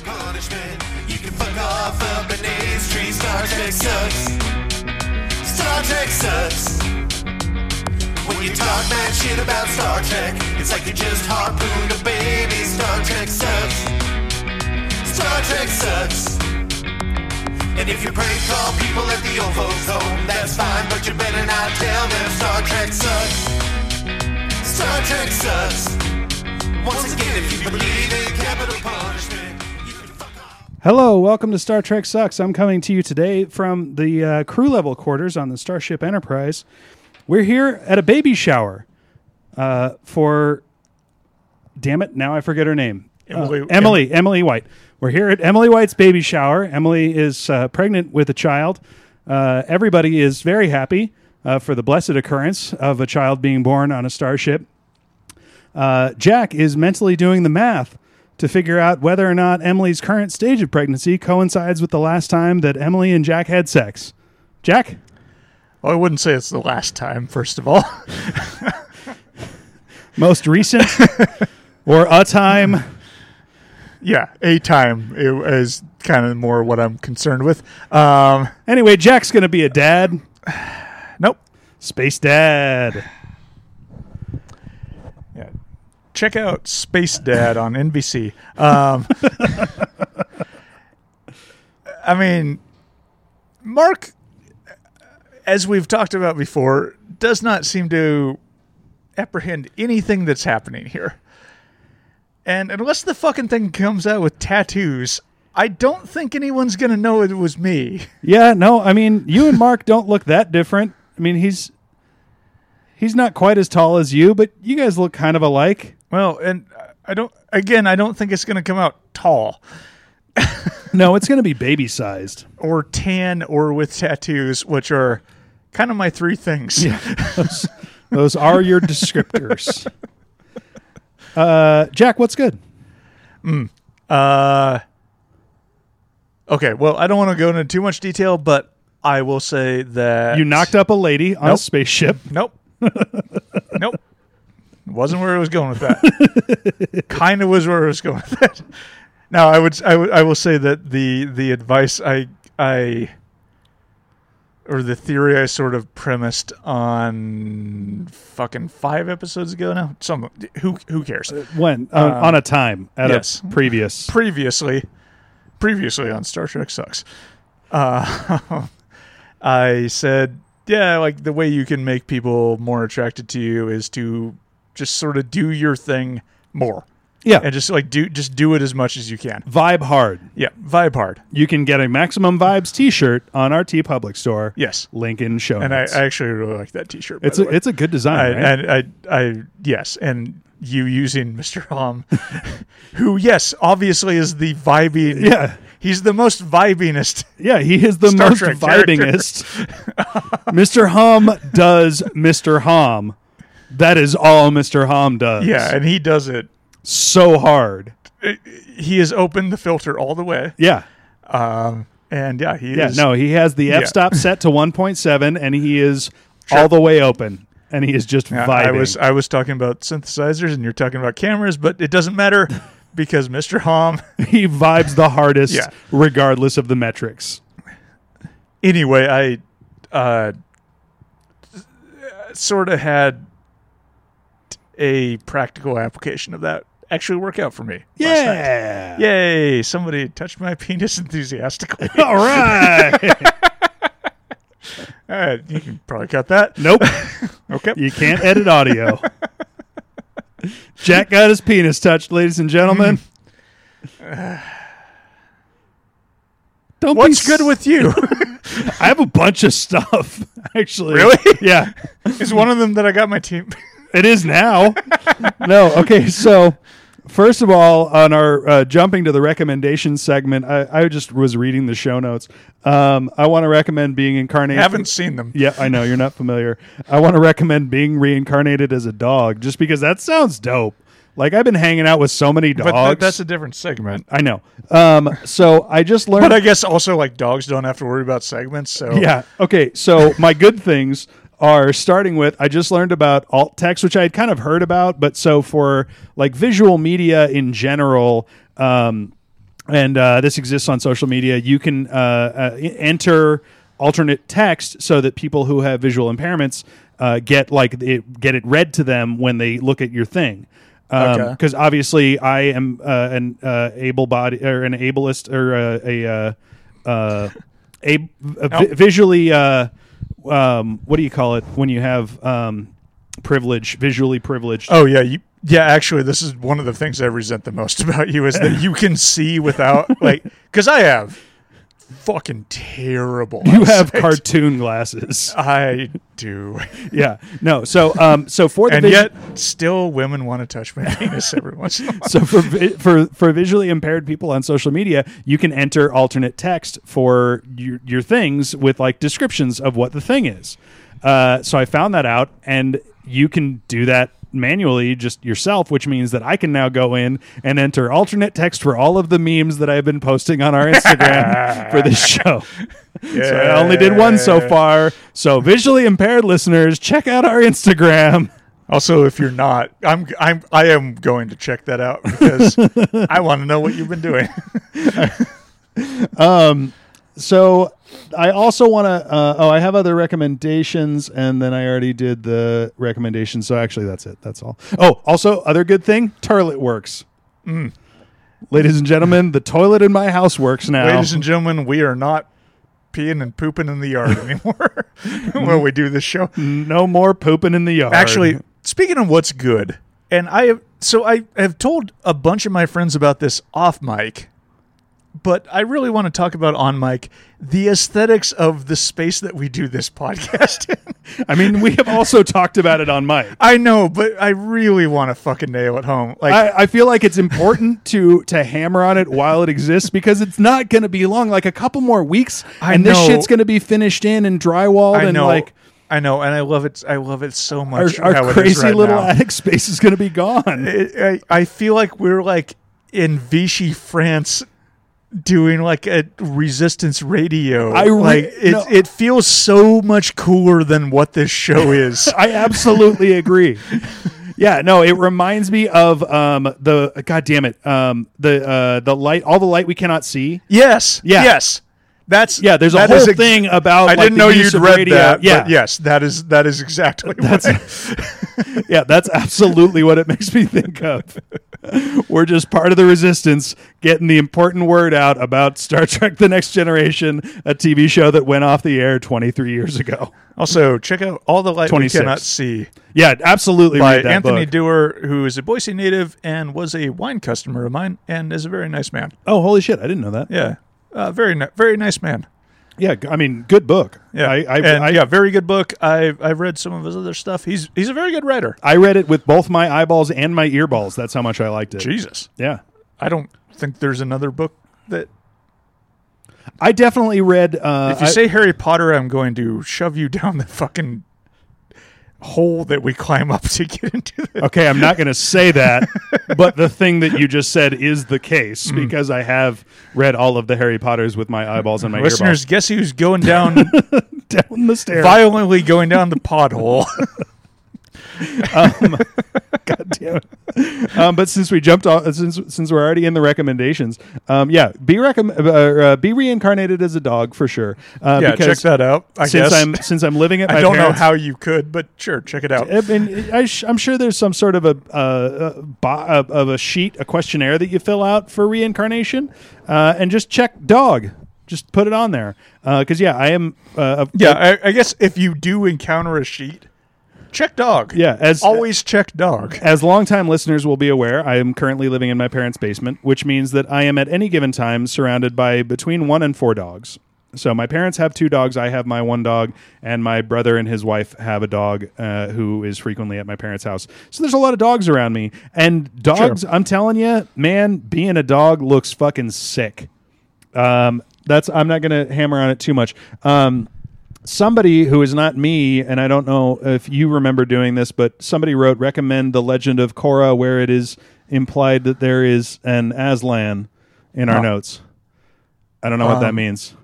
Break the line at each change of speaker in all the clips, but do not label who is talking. Irishman. You can fuck off up an A's tree. Star Trek sucks. Star Trek sucks. When you talk mad shit about Star Trek, it's like you just harpooned a baby. Star Trek sucks. Star Trek sucks. And if you prank call people at the OVO zone, that's fine, but you better not tell them Star Trek sucks. Star Trek sucks. Once again, if you believe in capital punishment, you can fuck off.
Hello, welcome to Star Trek Sucks. I'm coming to you today from the uh, crew level quarters on the Starship Enterprise. We're here at a baby shower uh, for, damn it, now I forget her name.
Emily-
Uh, Emily, Emily White. We're here at Emily White's baby shower. Emily is uh, pregnant with a child. Uh, everybody is very happy uh, for the blessed occurrence of a child being born on a starship. Uh, Jack is mentally doing the math to figure out whether or not Emily's current stage of pregnancy coincides with the last time that Emily and Jack had sex. Jack?
Well, I wouldn't say it's the last time, first of all.
Most recent or a time?
yeah, a time i- is kind of more what I'm concerned with. Um,
Anyway, Jack's going to be a dad.
nope.
Space dad.
Yeah. Check out Space Dad on NBC. Um, I mean, Mark, as we've talked about before, does not seem to apprehend anything that's happening here. And unless the fucking thing comes out with tattoos, I don't think anyone's going to know it was me.
Yeah, no, I mean, you and Mark don't look that different. I mean, he's he's not quite as tall as you, but you guys look kind of alike.
Well, and I don't, again, I don't think it's going to come out tall.
No, it's going to be baby sized.
or tan or with tattoos, which are kind of my three things.
those, those are your descriptors. Uh, Jack, what's good?
Uh, okay, well, I don't want to go into too much detail, but I will say that
You knocked up a lady on a
Nope.
spaceship.
Nope. nope. Wasn't where I was going with that. kind of was where I was going with that. Now I would I would I will say that the the advice I I or the theory I sort of premised on fucking five episodes ago now. Some who who cares?
When on, on a time at
Um, yes.
a previous.
previously previously on Star Trek sucks. Uh, I said, yeah, like the way you can make people more attracted to you is to just sort of do your thing more
yeah,
and just like do just do it as much as you can.
vibe hard.
Yeah, vibe hard.
You can get a Maximum Vibes T-shirt on our T Public store.
Yes.
link in show
And I,
notes.
I actually really like that t-shirt. by
it's
the
a,
way.
it's a good design.
I,
right?
and I, I, yes, and you using Mr. Hom, who, yes, obviously is the vibing.
Yeah.
he's the most vibingest
yeah, he is the
Star
most
Trek character.
vibingest. Mr. Hom does Mr. Hom. That is all Mr. Hom does.
Yeah, and he does it.
so hard.
He has opened the filter all the way.
Yeah.
Um, and yeah, he
Yeah,
is.
no, he has the f
Yeah.
stop set to 1.7 and he is
Sure.
all the way open and he is just
Yeah,
vibing.
I was uh, I was talking about synthesizers, and you're talking about cameras, but it doesn't matter because Mr. Hom.
he vibes the hardest
Yeah.
regardless of the metrics.
Anyway, I uh, sort of had a practical application of that actually work out for me. last night.
Yeah.
Yay! Somebody touched my penis enthusiastically.
All right.
All right, you can probably cut that.
nope.
Okay.
You can't edit audio. Jack got his penis touched, ladies and gentlemen. Don't be
Hmm. What's
s-
good with you?
I have a bunch of stuff actually.
Really?
Yeah.
Is one of them that I got my team.
It is now. no. Okay. So, first of all, on our uh, jumping to the recommendation segment, I, I just was reading the show notes. Um, I want to recommend being incarnated.
haven't seen them.
Yeah, I know you're not familiar. I want to recommend being reincarnated as a dog, just because that sounds dope. Like I've been hanging out with so many dogs.
But th- that's a different segment.
I know. Um, so I just learned.
But I guess also like dogs don't have to worry about segments. So
Yeah. Okay. So my good things are starting with I just learned about alt text, which I had kind of heard about, but so for like visual media in general, um, and uh, this exists on social media. You can uh, uh, e- enter alternate text so that people who have visual impairments uh, get like it, get it read to them when they look at your thing. Um, Because
Okay.
obviously, I am uh, an uh, able body or an ableist or uh, a uh, uh, a, a vi- visually. Uh, um, what do you call it when you have um, privilege? Visually privileged.
Oh yeah, you, yeah. Actually, this is one of the things I resent the most about you is that you can see without like because I have fucking terrible.
you have
eyesight.
cartoon glasses.
I do,
yeah. No. So um so for the
and
visu-
yet still women want to touch my penis every once in a while.
so for vi- for for visually impaired people on social media, you can enter alternate text for your your things with like descriptions of what the thing is. Uh, so I found that out, and you can do that manually just yourself which means that I can now go in and enter alternate text for all of the memes that I've been posting on our Instagram for this show. So I only did one so
Yeah.
far. So visually impaired listeners, check out our Instagram.
Also, if you're not, I'm I'm I am going to check that out because I want to know what you've been doing.
So I also want to. Uh, oh, I have other recommendations, and then I already did the recommendations. So actually, that's it. That's all. Oh, also, other good thing: toilet works.
Mm.
Ladies and gentlemen, the toilet in my house works now.
Ladies and gentlemen, we are not peeing and pooping in the yard anymore when we do this show.
no more pooping in the yard.
Actually, speaking of what's good, and I have so I have told a bunch of my friends about this off mic, but I really want to talk about on mic the aesthetics of the space that we do this podcast in.
I mean, we have also talked about it on mic.
I know, but I really want to fucking nail it home. Like
I, I feel like it's important to to hammer on it while it exists because it's not going to be long. Like a couple more weeks,
I
and this
know.
shit's going to be finished in and drywalled
I
and
know,
like.
I know, and I love it. I love it so
Our,
much. how it
our
is
crazy
right
little
now.
attic space is going to be gone.
It- I, I feel like we're like in Vichy, France, doing like a resistance radio.
I re-
like it.
no.
It feels so much cooler than what this show is.
I absolutely agree. Yeah, no, it reminds me of um the god damn it. Um the uh the light all the light we cannot see.
yes,
Yeah.
yes. That's
Yeah, there's a
that
whole
is ex-
thing about
I
like,
didn't
the
know
use
you'd
of
read
radio.
that.
Yeah.
but yes, that is that is exactly what I-
yeah, that's absolutely what it makes me think of. We're just part of the resistance getting the important word out about Star Trek the Next Generation, a TV show that went off the air 23 years ago.
Also, check out all the light
26.
we cannot see.
Yeah, absolutely
by
read that
Anthony
book.
Dewar, who is a Boise native and was a wine customer of mine, and is a very nice man.
oh, holy shit, I didn't know that.
Yeah, uh, very ni- very nice man.
Yeah, g- I mean, good book.
Yeah,
I I,
and,
I,
yeah, very good book. I've I've read some of his other stuff. He's he's a very good writer.
I read it with both my eyeballs and my earballs. That's how much I liked it.
Jesus,
Yeah.
I don't think there's another book that.
I definitely read uh
If you
I-
say Harry Potter, I'm going to shove you down the fucking hole that we climb up to get into. The,
Okay, I'm not going to say that, but the thing that you just said is the case
Mm.
because I have read all of the Harry Potters with my eyeballs and my
Listeners, guess who's going down
earballs down the stairs.
violently going down the pod hole?
Uh, God damn it. Um, but since we jumped off, since since we're already in the recommendations, um, yeah, be recomm- uh, uh, be reincarnated as a dog for sure. Uh,
yeah,
because
check that out. I
since
guess
I'm since I'm living at my
I don't know
parents'
how you could, but sure, check it out.
I mean, I sh- I'm sure there's some sort of a, uh, a bo- of- of a sheet, a questionnaire that you fill out for reincarnation, uh, and just check dog. Just put it on there, because yeah, I am. Uh, a-
Yeah, I, I guess if you do encounter a sheet, check dog.
yeah. As
always check dog.
as longtime listeners will be aware, I am currently living in my parents' basement, which means that I am at any given time surrounded by between one and four dogs. So my parents have two dogs. I have my one dog, and my brother and his wife have a dog uh, who is frequently at my parents' house. So there's a lot of dogs around me, and dogs. I'm telling you, man, being a dog looks fucking sick. Um, that's I'm not going to hammer on it too much. Um, somebody who is not me, and I don't know if you remember doing this, but somebody wrote recommend the Legend of Korra, where it is implied that there is an Aslan in our
Huh.
notes. I don't know what that
Um,
means,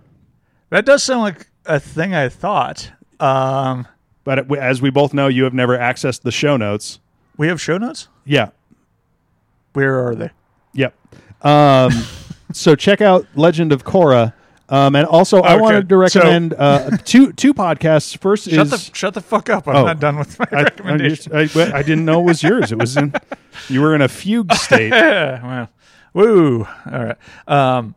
That does sound like a thing I thought. Um,
but it- as we both know, you have never accessed the show notes.
we have show notes.
Yeah,
Where are they?
Yep. Um,
so check out Legend of Korra. Um, and also, I
Okay,
wanted to
so-
recommend uh, two two podcasts. First
Shut
is
the shut the fuck up! I'm
Oh.
not done with my
I, I,
recommendation.
just- I, well, I didn't know it was yours. It was in. You were in a fugue state.
Yeah, well, woo! All right. Um,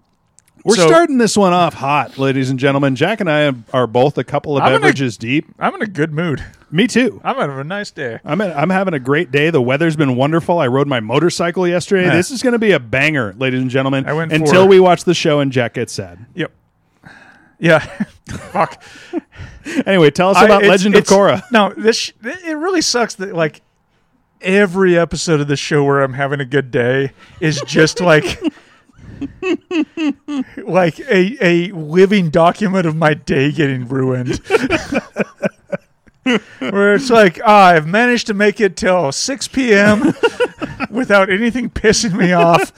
We're
So-
starting.
starting this one off hot, ladies and gentlemen. Jack and I are both a couple of
I'm gonna-
beverages deep.
I'm in a good mood.
Me too.
I'm having a nice day.
I'm in- I'm having a great day. The weather's been wonderful. I rode my motorcycle yesterday.
Yeah.
This is going to be a banger, ladies and gentlemen.
I went
until
for-
we watch the show and Jack gets sad.
Yep. Yeah. Fuck.
Anyway, tell us
I-
about
it's-
Legend of
it's-
Korra.
No, this sh- it really sucks that like every episode of the show where I'm having a good day is just like like a a living document of my day getting ruined. Where it's like, ah, I've managed to make it till 6 p.m. without anything pissing me off,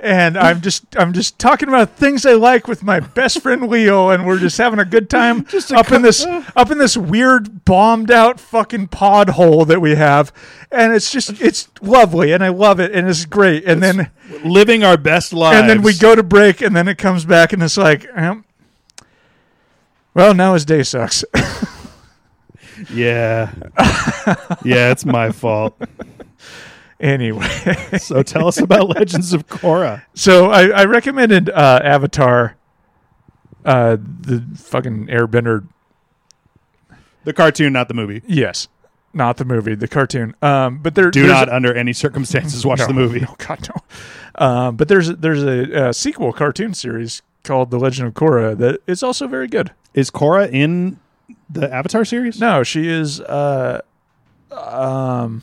and I'm just I'm just talking about things I like with my best friend Leo, and we're just having a good time up in this up in this weird bombed out fucking pod hole that we have, and it's just it's lovely, and I love it, and it's great, and then
Living our best lives.
and then we go to break, and then it comes back, and it's like, um, well, now his day sucks.
Yeah. yeah, it's my fault.
anyway.
So tell us about Legends of Korra.
So I, I recommended uh, Avatar, uh, the fucking Airbender.
The cartoon, not the movie.
Yes, not the movie, the cartoon. Um, but there
Do
there's
not,
a-
under any circumstances, watch
no,
the movie.
No, God no. Um, but there's a, there's a, uh sequel cartoon series called The Legend of Korra that is also very good.
Is Korra in the Avatar series?
No, she is. Uh, um,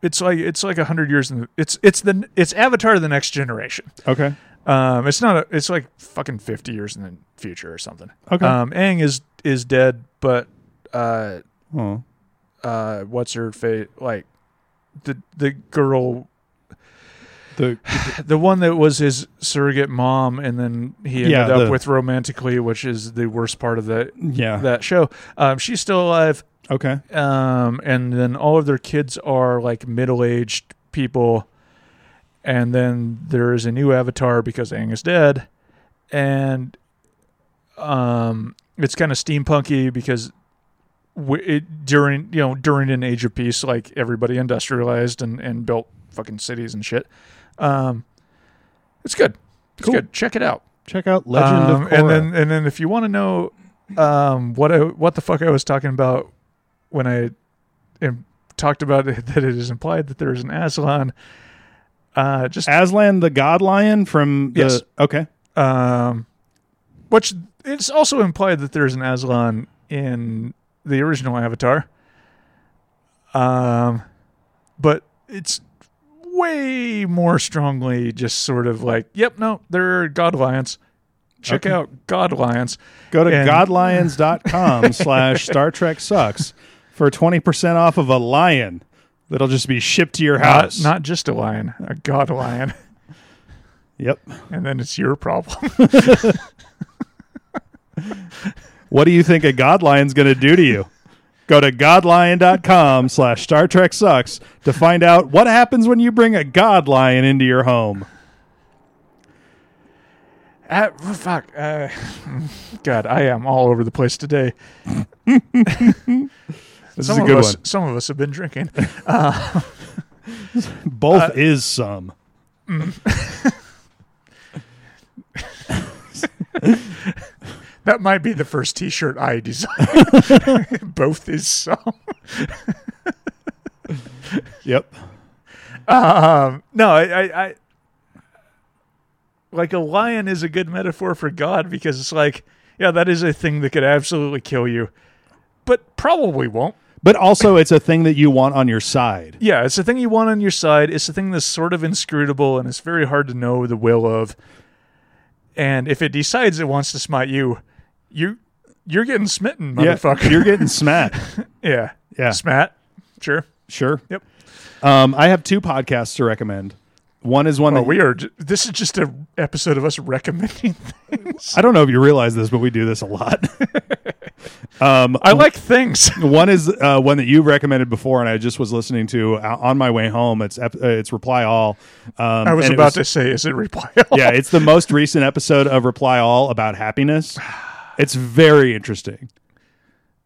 it's like it's like a hundred years in. The, it's it's the it's Avatar: The Next Generation.
Okay.
Um, it's not. A, it's like fucking fifty years in the future or something.
Okay.
Um, Aang is is dead, but uh,
Oh.
uh, what's her fate? Like the the girl,
The,
the one that was his surrogate mom, and then he ended
Yeah,
up
the-
with romantically, which is the worst part of that
yeah.
that show. Um, she's still alive.
okay.
um, and then all of their kids are like middle-aged people, and then there is a new avatar because Aang is dead, and um, it's kind of steampunky because w- it, during you know during an age of peace, like everybody industrialized and and built fucking cities and shit. Um, it's good. It's
Cool.
good. Check it out.
Check out Legend
Um,
of Korra.
And then, and then, if you want to know um, what I, what the fuck I was talking about when I am, talked about it, that it is implied that there is an Aslan, uh, just
Aslan the God Lion from the.
Yes.
Okay.
um, which it's also implied that there is an Aslan in the original Avatar, um, but it's way more strongly just sort of like, yep, no, there are God lions. Check
Okay.
out God lions.
Go to
And-
godlions.com slash Star Trek Sucks for 20% off of a lion that'll just be shipped to your
Not-
house.
Not, just a lion, a god lion,
yep.
and then it's your problem.
What do you think a God Lion's going to do to you? Go to godlion.com slash Star Trek Sucks to find out what happens when you bring a God Lion into your home.
Ah, fuck. Uh, god, I am all over the place today.
This
Some
is a
of
good
us,
one.
Some of us have been drinking.
Both is some.
That might be the first T-shirt I design. Both is some.
Yep.
Um, no, I, I, I like a lion is a good metaphor for God because it's like, yeah, that is a thing that could absolutely kill you, but probably won't.
But also, it's a thing that you want on your side.
Yeah, it's the thing you want on your side. It's the thing that's sort of inscrutable and it's very hard to know the will of. And if it decides it wants to smite you, you you're getting smitten, motherfucker.
You're getting smacked.
yeah.
Yeah.
Smat. Sure.
Sure.
Yep.
Um, I have two podcasts to recommend. One is one
Well,
that
Oh, we are. ju- This is just a episode of us recommending. Things.
I don't know if you realize this, but we do this a lot. Um,
I like things.
one is uh, one that you recommended before, and I just was listening to uh, on my way home. It's ep- uh, it's Reply All. Um,
I was about to say, is it reply? all?
yeah, it's the most recent episode of Reply All about happiness. It's very interesting.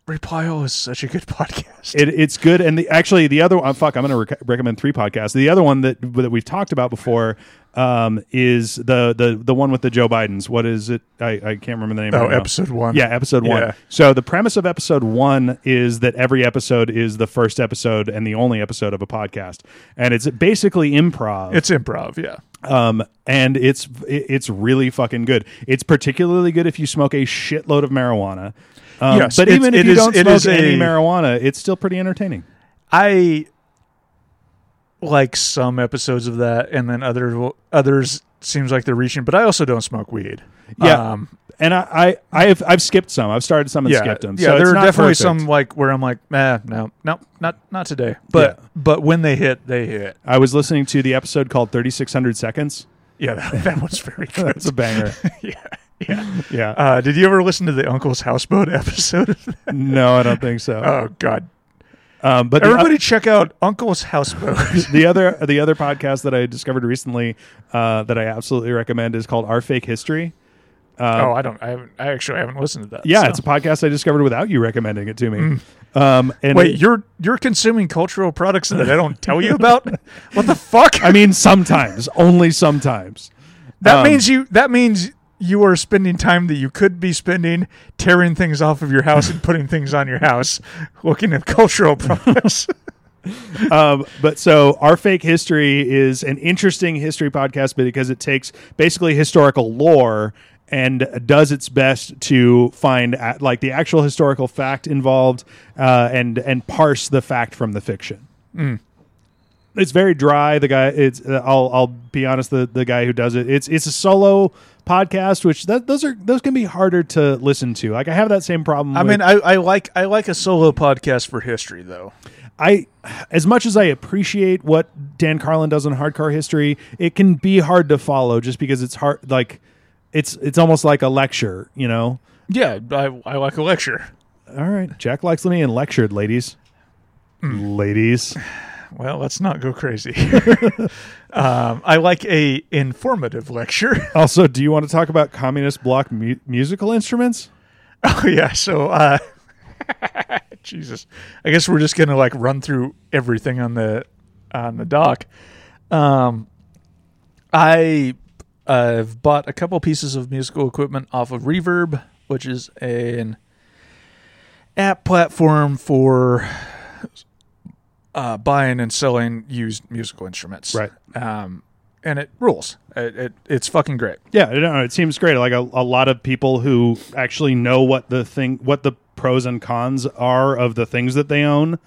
reply all is such a good podcast.
It, it's good, and the, actually, the other one. Fuck, I'm going to rec- recommend three podcasts. The other one that that we've talked about before um, is the the the one with the Joe Bidens. What is it? I, I can't remember the name.
oh,
right now.
episode one.
Yeah, episode one.
Yeah.
So the premise of episode one is that every episode is the first episode and the only episode of a podcast, and it's basically improv.
It's improv. Yeah.
um, and it's it- it's really fucking good. It's particularly good if you smoke a shitload of marijuana. Um,
Yes,
but
it's-
even if
it
you
is-
don't
it
smoke
is a-
any marijuana, it's still pretty entertaining.
I like some episodes of that, and then other others seems like they're reaching. But I also don't smoke weed.
Yeah.
Um,
and I, I, I have, I've skipped some. I've started some and
yeah,
skipped them.
yeah.
so
there
it's
are
not
definitely
perfect.
some like where I'm like, eh, no, no, not not today. But
Yeah.
but when they hit, they hit.
I was listening to the episode called 3600 Seconds.
Yeah, that, that was very good.
That's a banger.
yeah, yeah.
yeah.
Uh, did you ever listen to the Uncle's Houseboat episode? of that?
no, I don't think so.
oh God!
Um, but the-
Everybody, check out Uncle's Houseboat.
the other the other podcast that I discovered recently uh, that I absolutely recommend is called Our Fake History.
oh, I don't. I haven't. I actually haven't listened to that.
Yeah,
so. Mm.
it's a podcast I discovered without you recommending it to me. Um, and
Wait,
it-
you're you're consuming cultural products that I don't tell you about? what the fuck?
I mean, sometimes, only sometimes.
that
um,
means you that means you are spending time that you could be spending tearing things off of your house and putting things on your house, looking at cultural products.
Um, but so, Our Fake History is an interesting history podcast because it takes basically historical lore and does its best to find uh, like the actual historical fact involved uh, and and parse the fact from the fiction.
Mm.
It's very dry. The guy, it's uh, I'll I'll be honest. The the guy who does it, it's it's a solo podcast, which that, those are those can be harder to listen to. Like I have that same problem.
I
with-
mean, I, I like I like a solo podcast for history though.
I, as much as I appreciate what Dan Carlin does on Hardcore History, it can be hard to follow just because it's hard. Like, it's it's almost like a lecture, you know.
Yeah, I, I like a lecture.
All right, Jack likes me and lectured, ladies. Ladies,
Well, let's not go crazy. um, I like a informative lecture.
also, do you want to talk about communist bloc mu- musical instruments?
Oh yeah, so uh Jesus. I guess we're just gonna like run through everything on the on the dock. Um I I've bought a couple pieces of musical equipment off of Reverb, which is an app platform for uh, buying and selling used musical instruments.
Right.
Um, and it rules. It, it, it's fucking great.
Yeah, I don't know. It seems great. Like a, a lot of people who actually know what the thing, what the pros and cons are of the things that they own,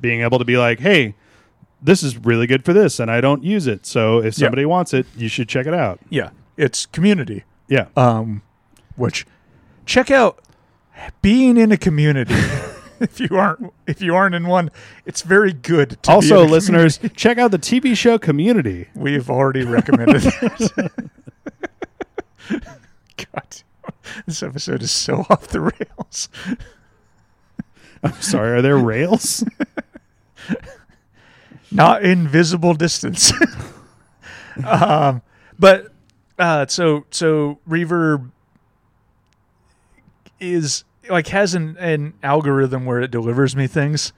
being able to be like, hey, this is really good for this, and I don't use it. So if
Yeah.
somebody wants it, you should check it out.
Yeah. It's community.
Yeah,
um, which check out being in a community. if you aren't if you aren't in one, it's very good. To be
also,
in a
listeners, check out the TV show Community.
commu- we've already recommended that. God, this episode is so off the rails.
Sorry, are there rails?
not invisible distance. um, but uh, so so reverb is like has an, an algorithm where it delivers me things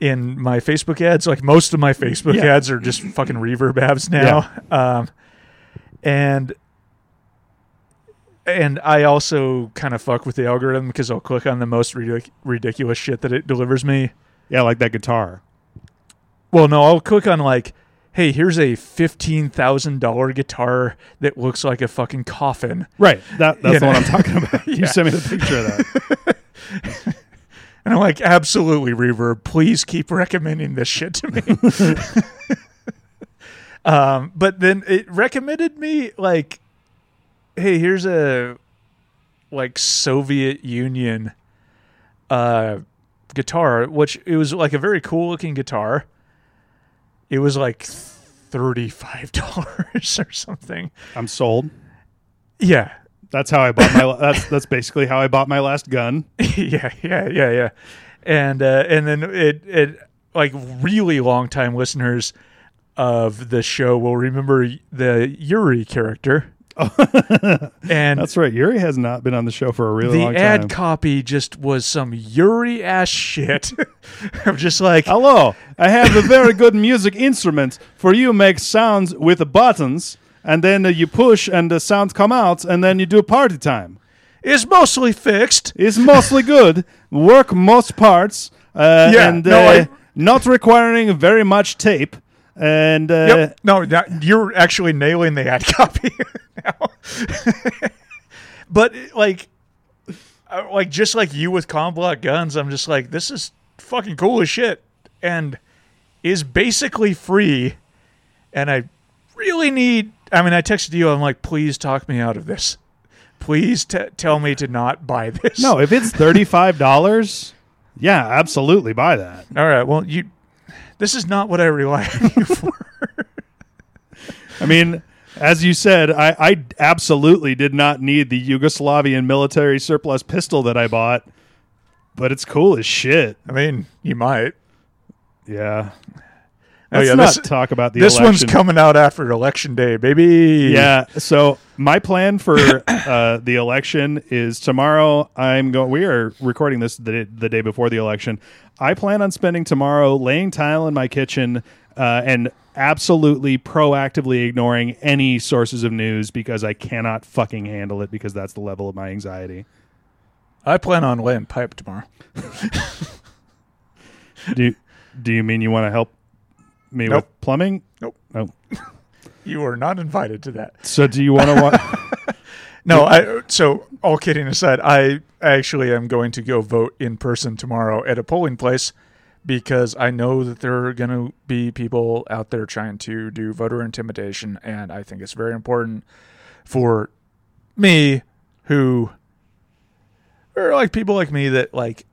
in my Facebook ads. Like most of my Facebook
Yeah.
ads are just fucking reverb ads now, um, and and I also kind of fuck with the algorithm because I'll click on the most ridic- ridiculous shit that it delivers me.
yeah, like that guitar.
Well, no, I'll click on like, hey, here's a fifteen thousand dollar guitar that looks like a fucking coffin,
Right. That, that's the
You know.
one I'm talking about. You sent me the picture of that.
and I'm like, absolutely, Reverb, please keep recommending this shit to me. um, but then it recommended me like, hey, here's a like Soviet Union uh, guitar, which it was like a very cool looking guitar. It was like thirty five dollars or something.
I'm sold.
Yeah.
That's how I bought my. that's that's basically how I bought my last gun.
yeah, yeah, yeah, yeah. And uh, and then it it like really long time listeners of the show will remember the Yuri character. and
That's right. Yuri has not been on the show for a really
the
long
ad
time.
copy just was some Yuri ass shit. I'm just like
Hello, I have a very good music instrument for you. Make sounds with the buttons, and then uh, you push, and the sounds come out, and then you do party time.
it's mostly fixed.
It's mostly good. Work most parts, uh,
Yeah,
and
no,
uh,
I-
not requiring very much tape. And uh,
Yep. No, that, you're actually nailing the ad copy now. but like, I- like just like you with Comblock guns, I'm just like, this is fucking cool as shit, and is basically free. And I really need. I mean, I texted you. I'm like, please talk me out of this. Please t- tell me to not buy this.
no, if it's thirty-five dollars, yeah, absolutely buy that.
All right. Well, you. This is not what I rely on you for.
I mean, as you said, I, I absolutely did not need the Yugoslavian military surplus pistol that I bought, but it's cool as shit.
I mean, you might.
Yeah.
Oh,
Let's
yeah,
not
this-
talk about the
this one's
election.
coming out after election day, baby.
Yeah. So my plan for uh, the election is tomorrow. I'm going. We are recording this the, the day before the election. I plan on spending tomorrow laying tile in my kitchen uh, and absolutely proactively ignoring any sources of news because I cannot fucking handle it because that's the level of my anxiety.
I plan on laying pipe tomorrow.
Do Do you mean you want to help me
Nope.
with plumbing?
Nope.
Oh.
You are not invited to that.
So do you want to watch?
No, I. So, all kidding aside, I actually am going to go vote in person tomorrow at a polling place because I know that there are going to be people out there trying to do voter intimidation, and I think it's very important for me, who or like people like me that like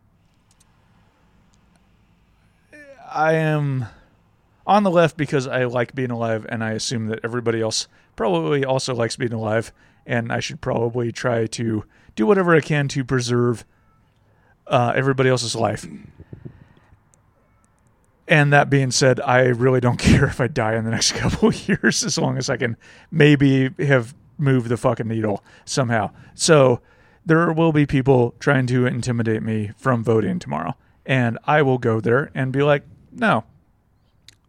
I am on the left because I like being alive, and I assume that everybody else probably also likes being alive, and I should probably try to do whatever I can to preserve uh, everybody else's life. And that being said, I really don't care if I die in the next couple of years as long as I can maybe have moved the fucking needle somehow. So there will be people trying to intimidate me from voting tomorrow. And I will go there and be like, no,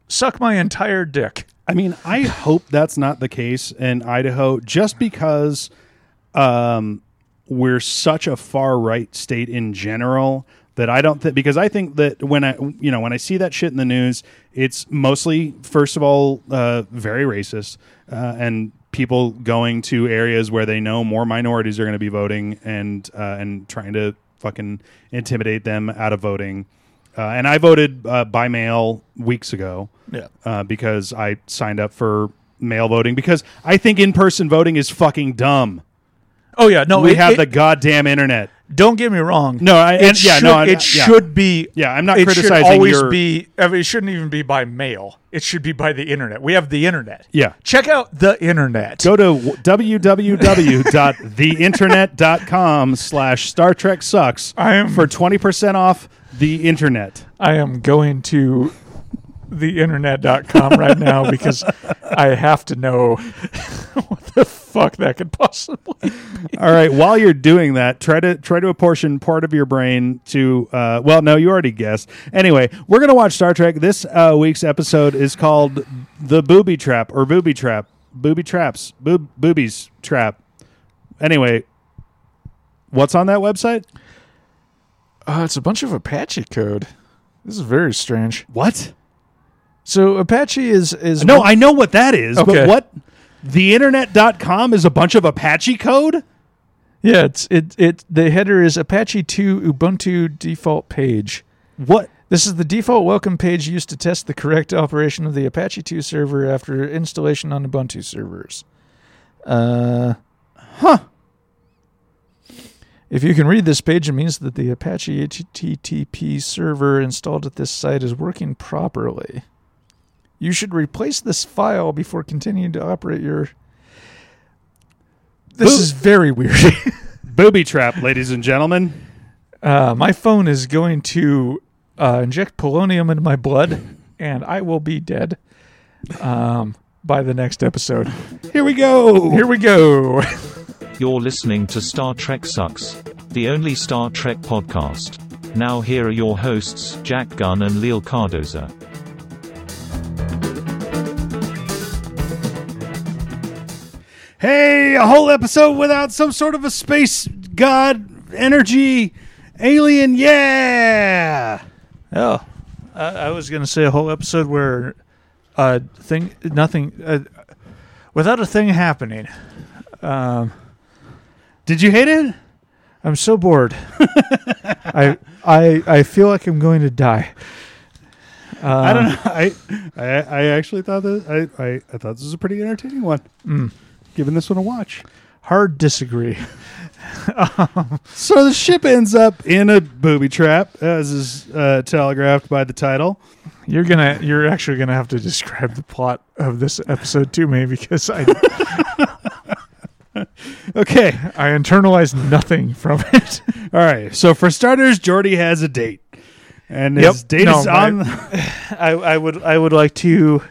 suck my entire dick.
I mean, I hope that's not the case in Idaho, just because um, we're such a far right state in general that I don't think because I think that when I you know when I see that shit in the news, it's mostly first of all uh, very racist uh, and people going to areas where they know more minorities are going to be voting and uh, and trying to fucking intimidate them out of voting. Uh, and I voted uh, by mail weeks ago
Yeah.
uh, because I signed up for mail voting because I think in person voting is fucking dumb.
Oh, yeah. No,
We
it-
have
it-
the goddamn internet.
Don't get me wrong.
No, I-
it
and- yeah,
should,
no, I'm
it
not- yeah.
should be.
Yeah, I'm not
it
criticizing
Should always
your-
be. I mean, it shouldn't even be by mail. It should be by the internet. We have the internet.
Yeah.
check out the internet.
Go to w- www.theinternet.com slash Star Trek sucks
I am-
for 20% off the internet.
I am going to theinternet.com right now because I have to know what the fuck that could possibly.
All right. While you're doing that, try to try to apportion part of your brain to. Uh, well, no, you already guessed. Anyway, we're gonna watch Star Trek. This uh, week's episode is called "The Booby Trap" or "Booby Trap," "Booby Traps," "Boob Boobies Trap." Anyway, what's on that website?
Uh, it's a bunch of Apache code. This is very strange.
What?
So Apache is is
No, I know what that is,
Okay.
but what? Theinternet.com is a bunch of Apache code.
yeah. It's it it the header is Apache two Ubuntu default page.
What?
This is the default welcome page used to test the correct operation of the Apache 2 server after installation on Ubuntu servers. Uh, huh. If you can read this page, it means that the Apache HTTP server installed at this site is working properly. You should replace this file before continuing to operate your. This is very weird.
Booby trap, ladies and gentlemen.
uh, my phone is going to uh, inject polonium into my blood, and I will be dead um, by the next episode.
Here we go.
Here we go.
You're listening to Star Trek Sucks, the only Star Trek podcast. Now, here are your hosts, Jack Gunn and Leal Cardoza.
Hey, a whole episode without some sort of a space god energy alien. Yeah.
Oh, I, I was going to say a whole episode where uh, thing nothing uh, without a thing happening. Um,
Did you hate it?
I'm so bored. I I I feel like I'm going to die. Um,
I don't know. I, I I actually thought this I, I, I thought this was a pretty entertaining one. Mm. Giving this one a watch.
Hard disagree.
So the ship ends up in a booby trap, as is uh, telegraphed by the title.
You're gonna you're actually gonna have to describe the plot of this episode to me because I
Okay.
I internalized nothing from it.
All right. So for starters, Jordy has a date. And his
Yep.
date
No,
is
my-
on
I, I would I would like to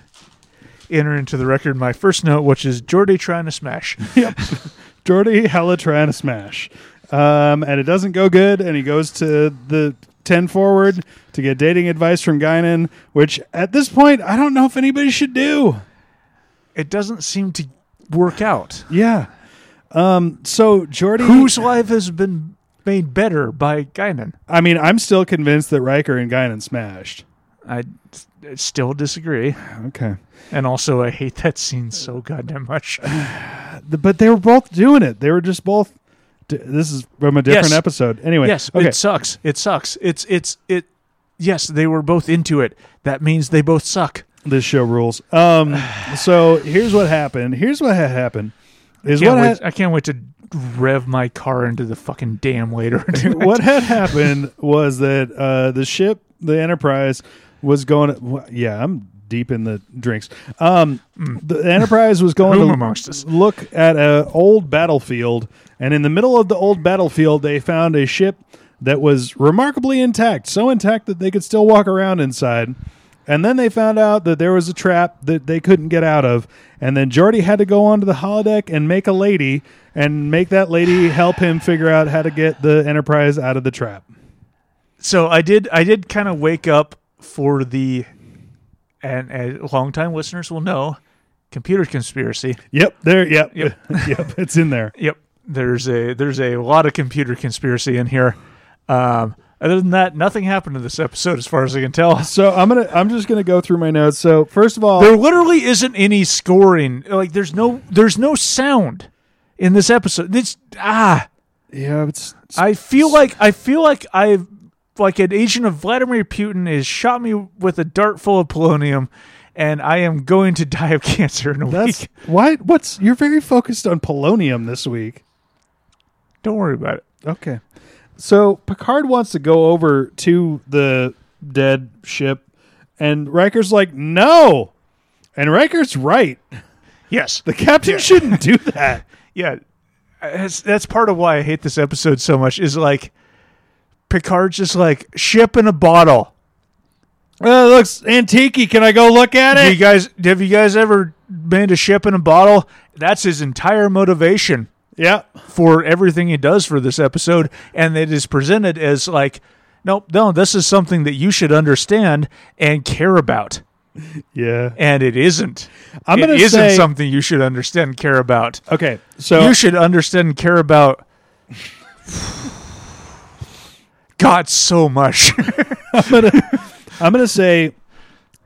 enter into the record my first note, which is Jordy trying to smash.
Jordy hella trying to smash. Um, and it doesn't go good, and he goes to the 10 forward to get dating advice from Guinan, which at this point, I don't know if anybody should do.
It doesn't seem to work out.
Yeah. Um, so Jordy.
Whose life has been made better by Guinan?
I mean, I'm still convinced that Riker and Guinan smashed.
I s- still disagree,
Okay.
and also I hate that scene so goddamn much.
The- But they were both doing it. They were just both. d- This is from a different
Yes.
episode. Anyway.
Yes,
Okay.
it sucks. It sucks. It's it's it. Yes, they were both into it. That means they both suck.
this show rules. Um, so here's what happened. Here's what had happened. Is what
Can't
had,
wait, I can't wait to rev my car into the fucking dam later.
what had happened was that uh, the ship, the Enterprise, was going. wha- yeah, I'm deep in the drinks. Um, the Enterprise was going
Whom
to
amongst us?
look at an old battlefield, and in the middle of the old battlefield, they found a ship that was remarkably intact, so intact that they could still walk around inside. And then they found out that there was a trap that they couldn't get out of. And then Jordy had to go onto the holodeck and make a lady and make that lady help him figure out how to get the Enterprise out of the trap.
so I did I did kind of wake up for the and, and longtime listeners will know computer conspiracy.
Yep, there, yep,
Yep.
yep, it's in there.
Yep. There's a there's a lot of computer conspiracy in here. Um, other than that, nothing happened in this episode as far as I can tell.
So I'm gonna, I'm just gonna go through my notes. So first of all,
There literally isn't any scoring. Like there's no there's no sound in this episode. This ah
yeah, it's
I feel like I feel like I've like an agent of Vladimir Putin has shot me with a dart full of polonium, and I am going to die of cancer in a
That's
week.
why. What's you're very focused on polonium this week?
Don't worry about it.
Okay, so Picard wants to go over to the dead ship, and Riker's like, "No," and Riker's right.
Yes,
The captain shouldn't do that.
yeah, that's that's part of why I hate this episode so much. Is like Picard's just like ship in a bottle.
Well, Uh, it looks antique. Can I go look at
Do you guys have you guys ever made a ship in a bottle? That's his entire motivation.
Yeah.
for everything he does for this episode, and it is presented as like, nope, no, this is something that you should understand and care about,
Yeah.
and it isn't.
I'm
It
gonna
isn't
say-
something you should understand and care about.
Okay. So
you should understand and care about. God, so much.
I'm gonna say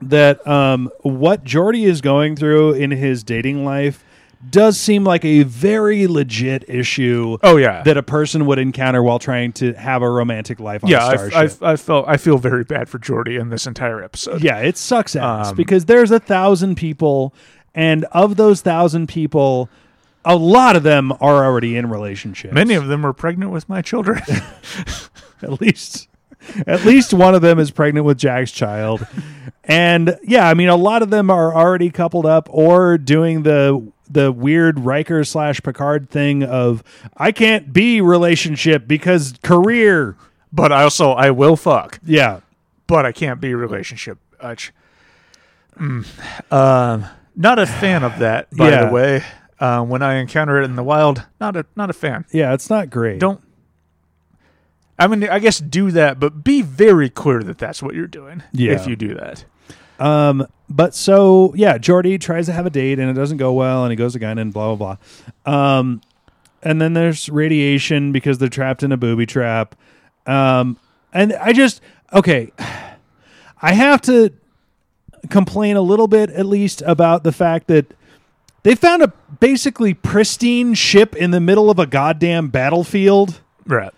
that um, what Jordy is going through in his dating life does seem like a very legit issue.
Oh, yeah.
that a person would encounter while trying to have a romantic life on
yeah,
a starship.
I, I, I felt I feel very bad for Jordy in this entire episode.
yeah, it sucks ass
Um,
because there's a thousand people, and of those thousand people, a lot of them are already in relationships.
Many of them are pregnant with my children.
at least at least one of them is pregnant with Jack's child. And yeah, I mean a lot of them are already coupled up or doing the the weird Riker slash Picard thing of I can't be relationship because career.
But I also I will fuck.
Yeah.
But I can't be relationship. Utch. Mm. Um, not a fan of that. By
Yeah.
the way, uh, when I encounter it in the wild, not a not a fan.
Yeah, it's not great.
Don't. I mean, I guess do that, but be very clear that that's what you're doing.
Yeah.
If you do that,
Um, but so yeah, Jordy tries to have a date and it doesn't go well, and he goes to gun and blah blah blah. Um, and then there's radiation because they're trapped in a booby trap. Um, and I just okay, I have to complain a little bit at least about the fact that they found a basically pristine ship in the middle of a goddamn battlefield.
right?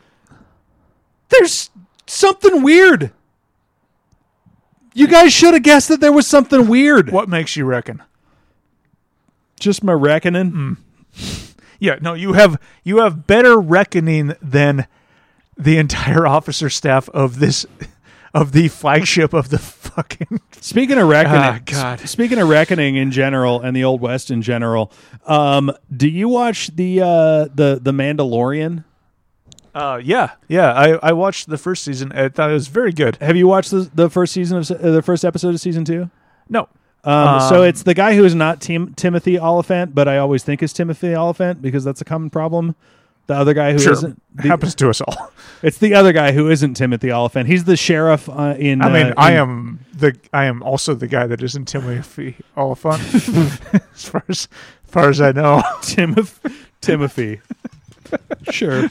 There's something weird. You guys should have guessed that there was something weird.
What makes you reckon?
just my reckoning.
Mm. Yeah, no, you have you have better reckoning than the entire officer staff of this of the flagship of the fucking
Speaking of reckoning,
Ah, God.
s- speaking of reckoning in general and the old west in general, um, do you watch the uh, the the Mandalorian?
uh yeah. Yeah, I I watched the first season. I thought it was very good.
Have you watched the, the first season of se- uh, the first episode of season two?
No.
Um, so it's the guy who is not Tim- Timothy Oliphant, but I always think is Timothy Oliphant because that's a common problem. The other guy who
Sure.
not
happens to us all.
it's the other guy who isn't Timothy Oliphant. He's the sheriff uh, in.
I mean,
uh,
I
in-
am the I am also the guy that isn't Timothy Oliphant as far as, as far as I know.
Timoth- Timothy. sure.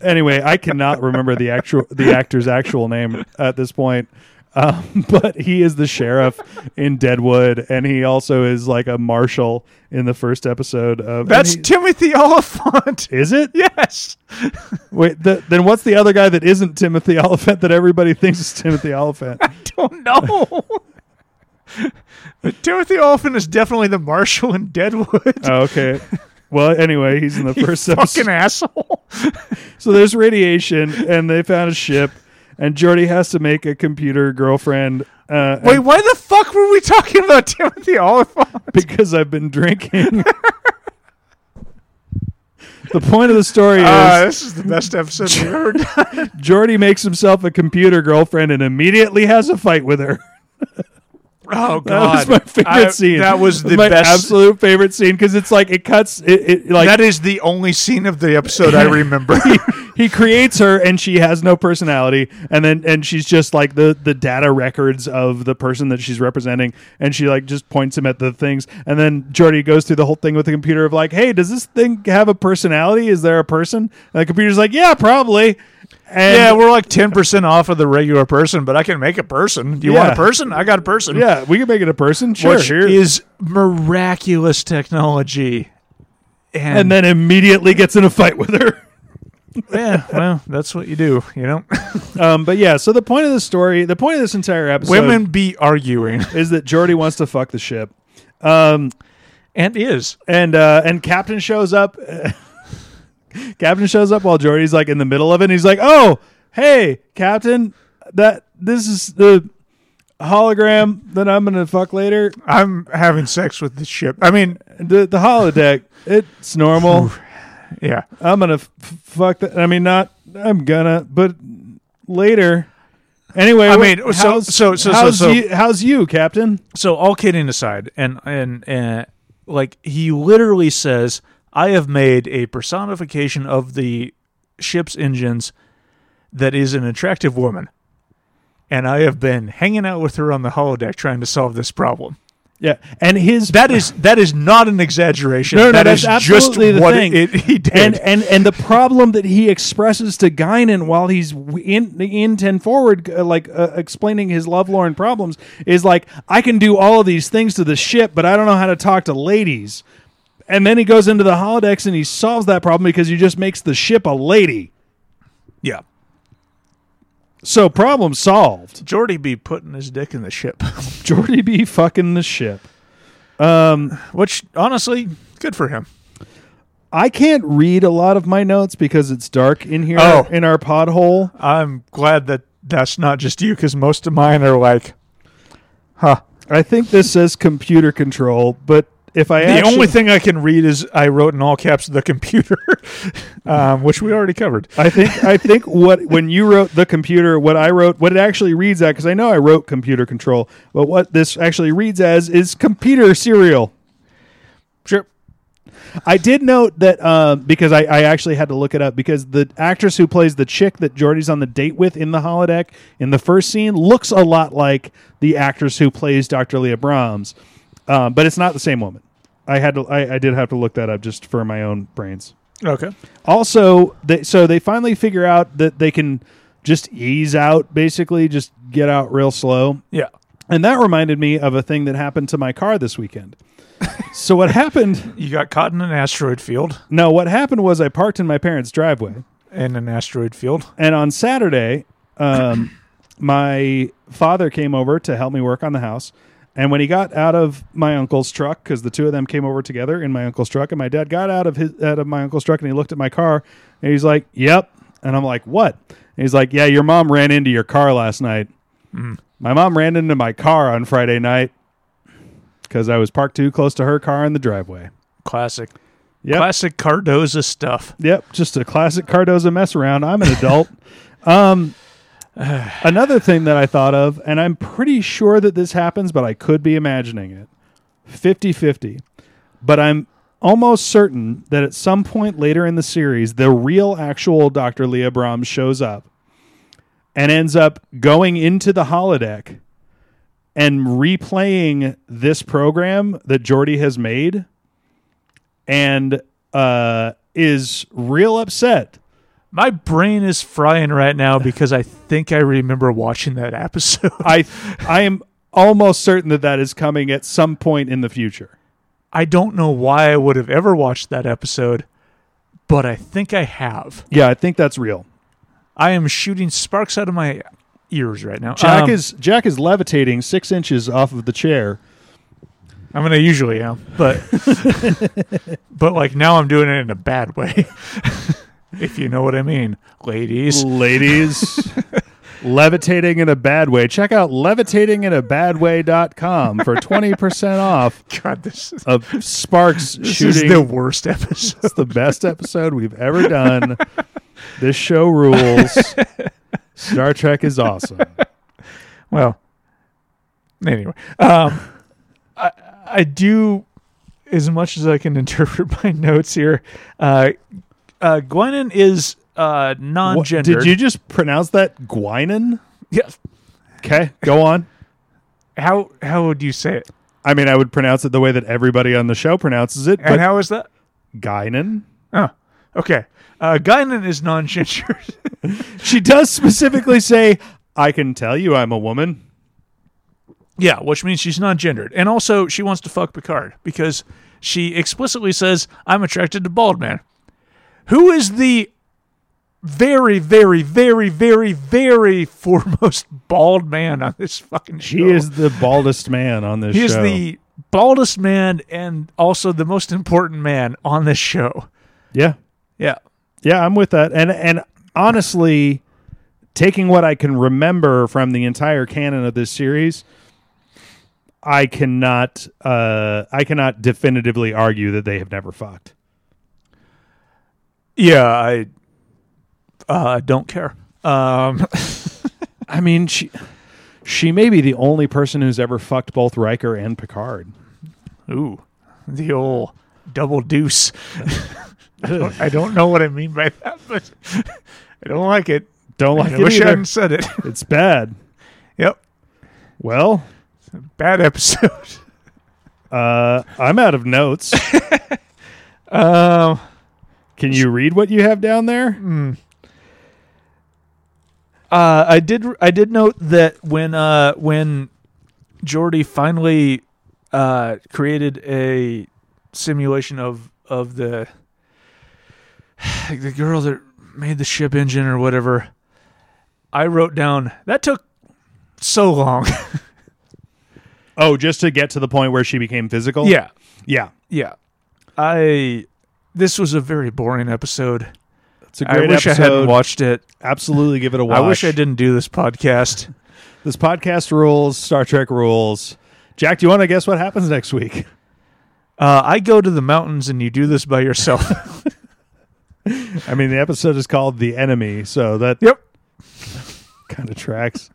Anyway, I cannot remember the actual the actor's actual name at this point. Um, but he is the sheriff in Deadwood, and he also is like a marshal in the first episode of.
That's
and he-
Timothy Oliphant.
is it?
Yes.
Wait, th then what's the other guy that isn't Timothy Oliphant that everybody thinks is Timothy Oliphant?
don't know. but Timothy Oliphant is definitely the marshal in Deadwood.
Oh, okay. Well, anyway, he's in the first episode.
Fucking asshole.
So there's radiation, and they found a ship, and Jordy has to make a computer girlfriend. Uh,
Wait, why the fuck were we talking about Timothy Oliphant?
because I've been drinking. the point of the story
Ah,
is
this is the best episode we've ever done.
Jordy makes himself a computer girlfriend and immediately has a fight with her.
Oh
That was my favorite
I-
scene.
That was the
my
best.
absolute favorite scene because it's like it cuts it, it like
that is the only scene of the episode I remember.
he creates her and she has no personality and then and she's just like the the data records of the person that she's representing and she like just points him at the things and then Jordy goes through the whole thing with the computer of like hey does this thing have a personality is there a person and the computer's like yeah probably and
yeah, we're like ten percent off of the regular person, but I can make a person. You want
Yeah.
a person? I got a person.
yeah we can make it a person sure
Which is miraculous technology. And,
and then immediately gets in a fight with her
yeah, well, that's what you do, you know.
um but yeah so the point of the story the point of this entire episode
Women be arguing
is that Jordy wants to fuck the ship
and is
and uh and captain shows up captain shows up while jordy's like in the middle of it and he's like oh hey captain that this is the hologram that i'm gonna fuck later
I'm having sex with the ship. I mean,
the, the holodeck it's normal
yeah.
i'm gonna f- fuck that i mean not i'm gonna but later anyway
I
wh-
mean, so-
how's-
so- so- so-
how's
so-
you, how's you captain
So all kidding aside, and and and like he literally says, "I have made a personification of the ship's engines that is an attractive woman." And I have been hanging out with her on the holodeck trying to solve this problem.
yeah and his
That is that is not an exaggeration.
No, no,
That
that's
is
absolutely
just
the
what
thing.
It, he did.
and and and the problem that he expresses to Guinan while he's w- in in ten forward, uh, like uh, explaining his lovelorn problems, is like I can do all of these things to the ship, but I don't know how to talk to ladies. And then he goes into the holodecks and he solves that problem because he just makes the ship a lady.
yeah.
So problem solved.
Jordy be putting his dick in the ship.
Jordy B fucking the ship.
Which honestly, good for him.
I can't read a lot of my notes because it's dark in here
Oh.
in our pod hole.
I'm glad that that's not just you because most of mine are like, huh.
I think this says computer control, but if I
The
actually,
only thing I can read is I wrote in all caps the computer, um, which we already covered.
I think I think what when you wrote the computer, what I wrote, what it actually reads at, because I know I wrote computer control, but what this actually reads as is computer serial.
Sure.
I did note that uh, because I, I actually had to look it up because the actress who plays the chick that Jordy's on the date with in the holodeck in the first scene looks a lot like the actress who plays Dr. Leah Brahms, um, but it's not the same woman. I had to I, I did have to look that up just for my own brains.
Okay.
Also, they, so they finally figure out that they can just ease out, basically, just get out real slow.
Yeah.
And that reminded me of a thing that happened to my car this weekend. so what happened?
You got caught in an asteroid field.
No, what happened was I parked in my parents' driveway,
In an asteroid field.
and on Saturday, um, my father came over to help me work on the house. And when he got out of my uncle's truck, because the two of them came over together in my uncle's truck, and my dad got out of his out of my uncle's truck, and he looked at my car, and he's like, "Yep," and I'm like, "What?" And he's like, "Yeah, your mom ran into your car last night." My mom ran into my car on Friday night because I was parked too close to her car in the driveway.
Classic.
Yep.
Classic Cardoza stuff.
Yep, just a classic Cardoza mess around. I'm an adult. um, another thing that I thought of, and I'm pretty sure that this happens, but I could be imagining it 50 50. But I'm almost certain that at some point later in the series, the real, actual Dr. Leah Brahms shows up and ends up going into the holodeck and replaying this program that Jordy has made and uh, is real upset.
My brain is frying right now because I think I remember watching that episode.
I I am almost certain that that is coming at some point in the future.
I don't know why I would have ever watched that episode, but I think I have.
Yeah, I think that's real.
I am shooting sparks out of my ears right now.
Jack
Um,
is Jack is levitating six inches off of the chair.
I mean, I usually am, but but like now I'm doing it in a bad way. if you know what I mean, ladies.
Ladies, levitating in a bad way. Check out levitatinginabadway.com for 20% off
God, this, is-
of Sparks
this is
shooting
the worst episode.
It's the best episode we've ever done. This show rules. Star Trek is awesome.
Well, anyway, um, I I do as much as I can interpret my notes here. Uh, uh, Glennon is uh,
What-
non-gendered.
did you just pronounce that Guinan?
Yeah.
Okay, go on.
How how would you say it?
I mean, I would pronounce it the way that everybody on the show pronounces it,
And
but
how is that?
Guinan.
Oh, okay. Uh, Guinan is non-gendered.
She does specifically say, "I can tell you, I'm a woman."
Yeah, which means she's non gendered. And also, she wants to fuck Picard because she explicitly says, I'm attracted to bald man. Who is the very, very, very, very, very foremost bald man on this fucking show?
He is the baldest man on this
He is
show.
the baldest man and also the most important man on this show.
yeah,
Yeah.
yeah. I'm with that, and and honestly, taking what I can remember from the entire canon of this series. I cannot, uh, I cannot definitively argue that they have never fucked.
Yeah, I uh, don't care. Um,
I mean, she, she may be the only person who's ever fucked both Riker and Picard.
ooh, the old double deuce. I, don't, I don't know what I mean by that, but I don't like it.
Don't like
I
it
wish I
either.
hadn't said it.
It's bad.
yep.
Well,
Bad episode.
uh, I'm out of notes.
Um,
Can you read what you have down there?
Mm. uh, I did. I did note that when uh, when Jordy finally uh, created a simulation of of the the girl that made the ship engine or whatever, I wrote down that took so long.
Oh, just to get to the point where she became physical.
yeah.
yeah.
Yeah. I this was a very boring episode.
It's a
I
great
wish
episode.
I hadn't watched it.
Absolutely, give it a watch.
I wish I didn't do this podcast.
This podcast rules. Star Trek rules. Jack, do you want to guess what happens next week?
Uh, I go to the mountains and you do this by yourself.
I mean, the episode is called "The Enemy," so that
Yep.
kind of tracks.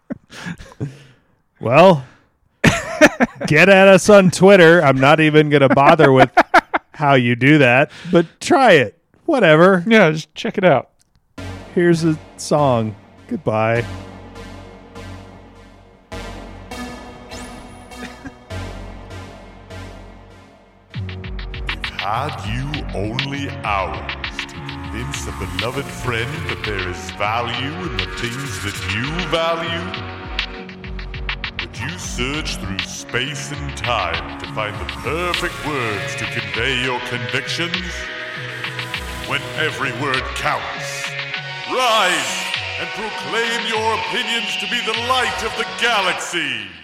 well, get at us on Twitter. I'm not even going to bother with how you do that, but try it. Whatever.
yeah, just check it out.
Here's a song. Goodbye.
Had you only hours to convince a beloved friend that there is value in the things that you value? Would you search through space and time to find the perfect words to convey your convictions? When every word counts, rise and proclaim your opinions to be the light of the galaxy!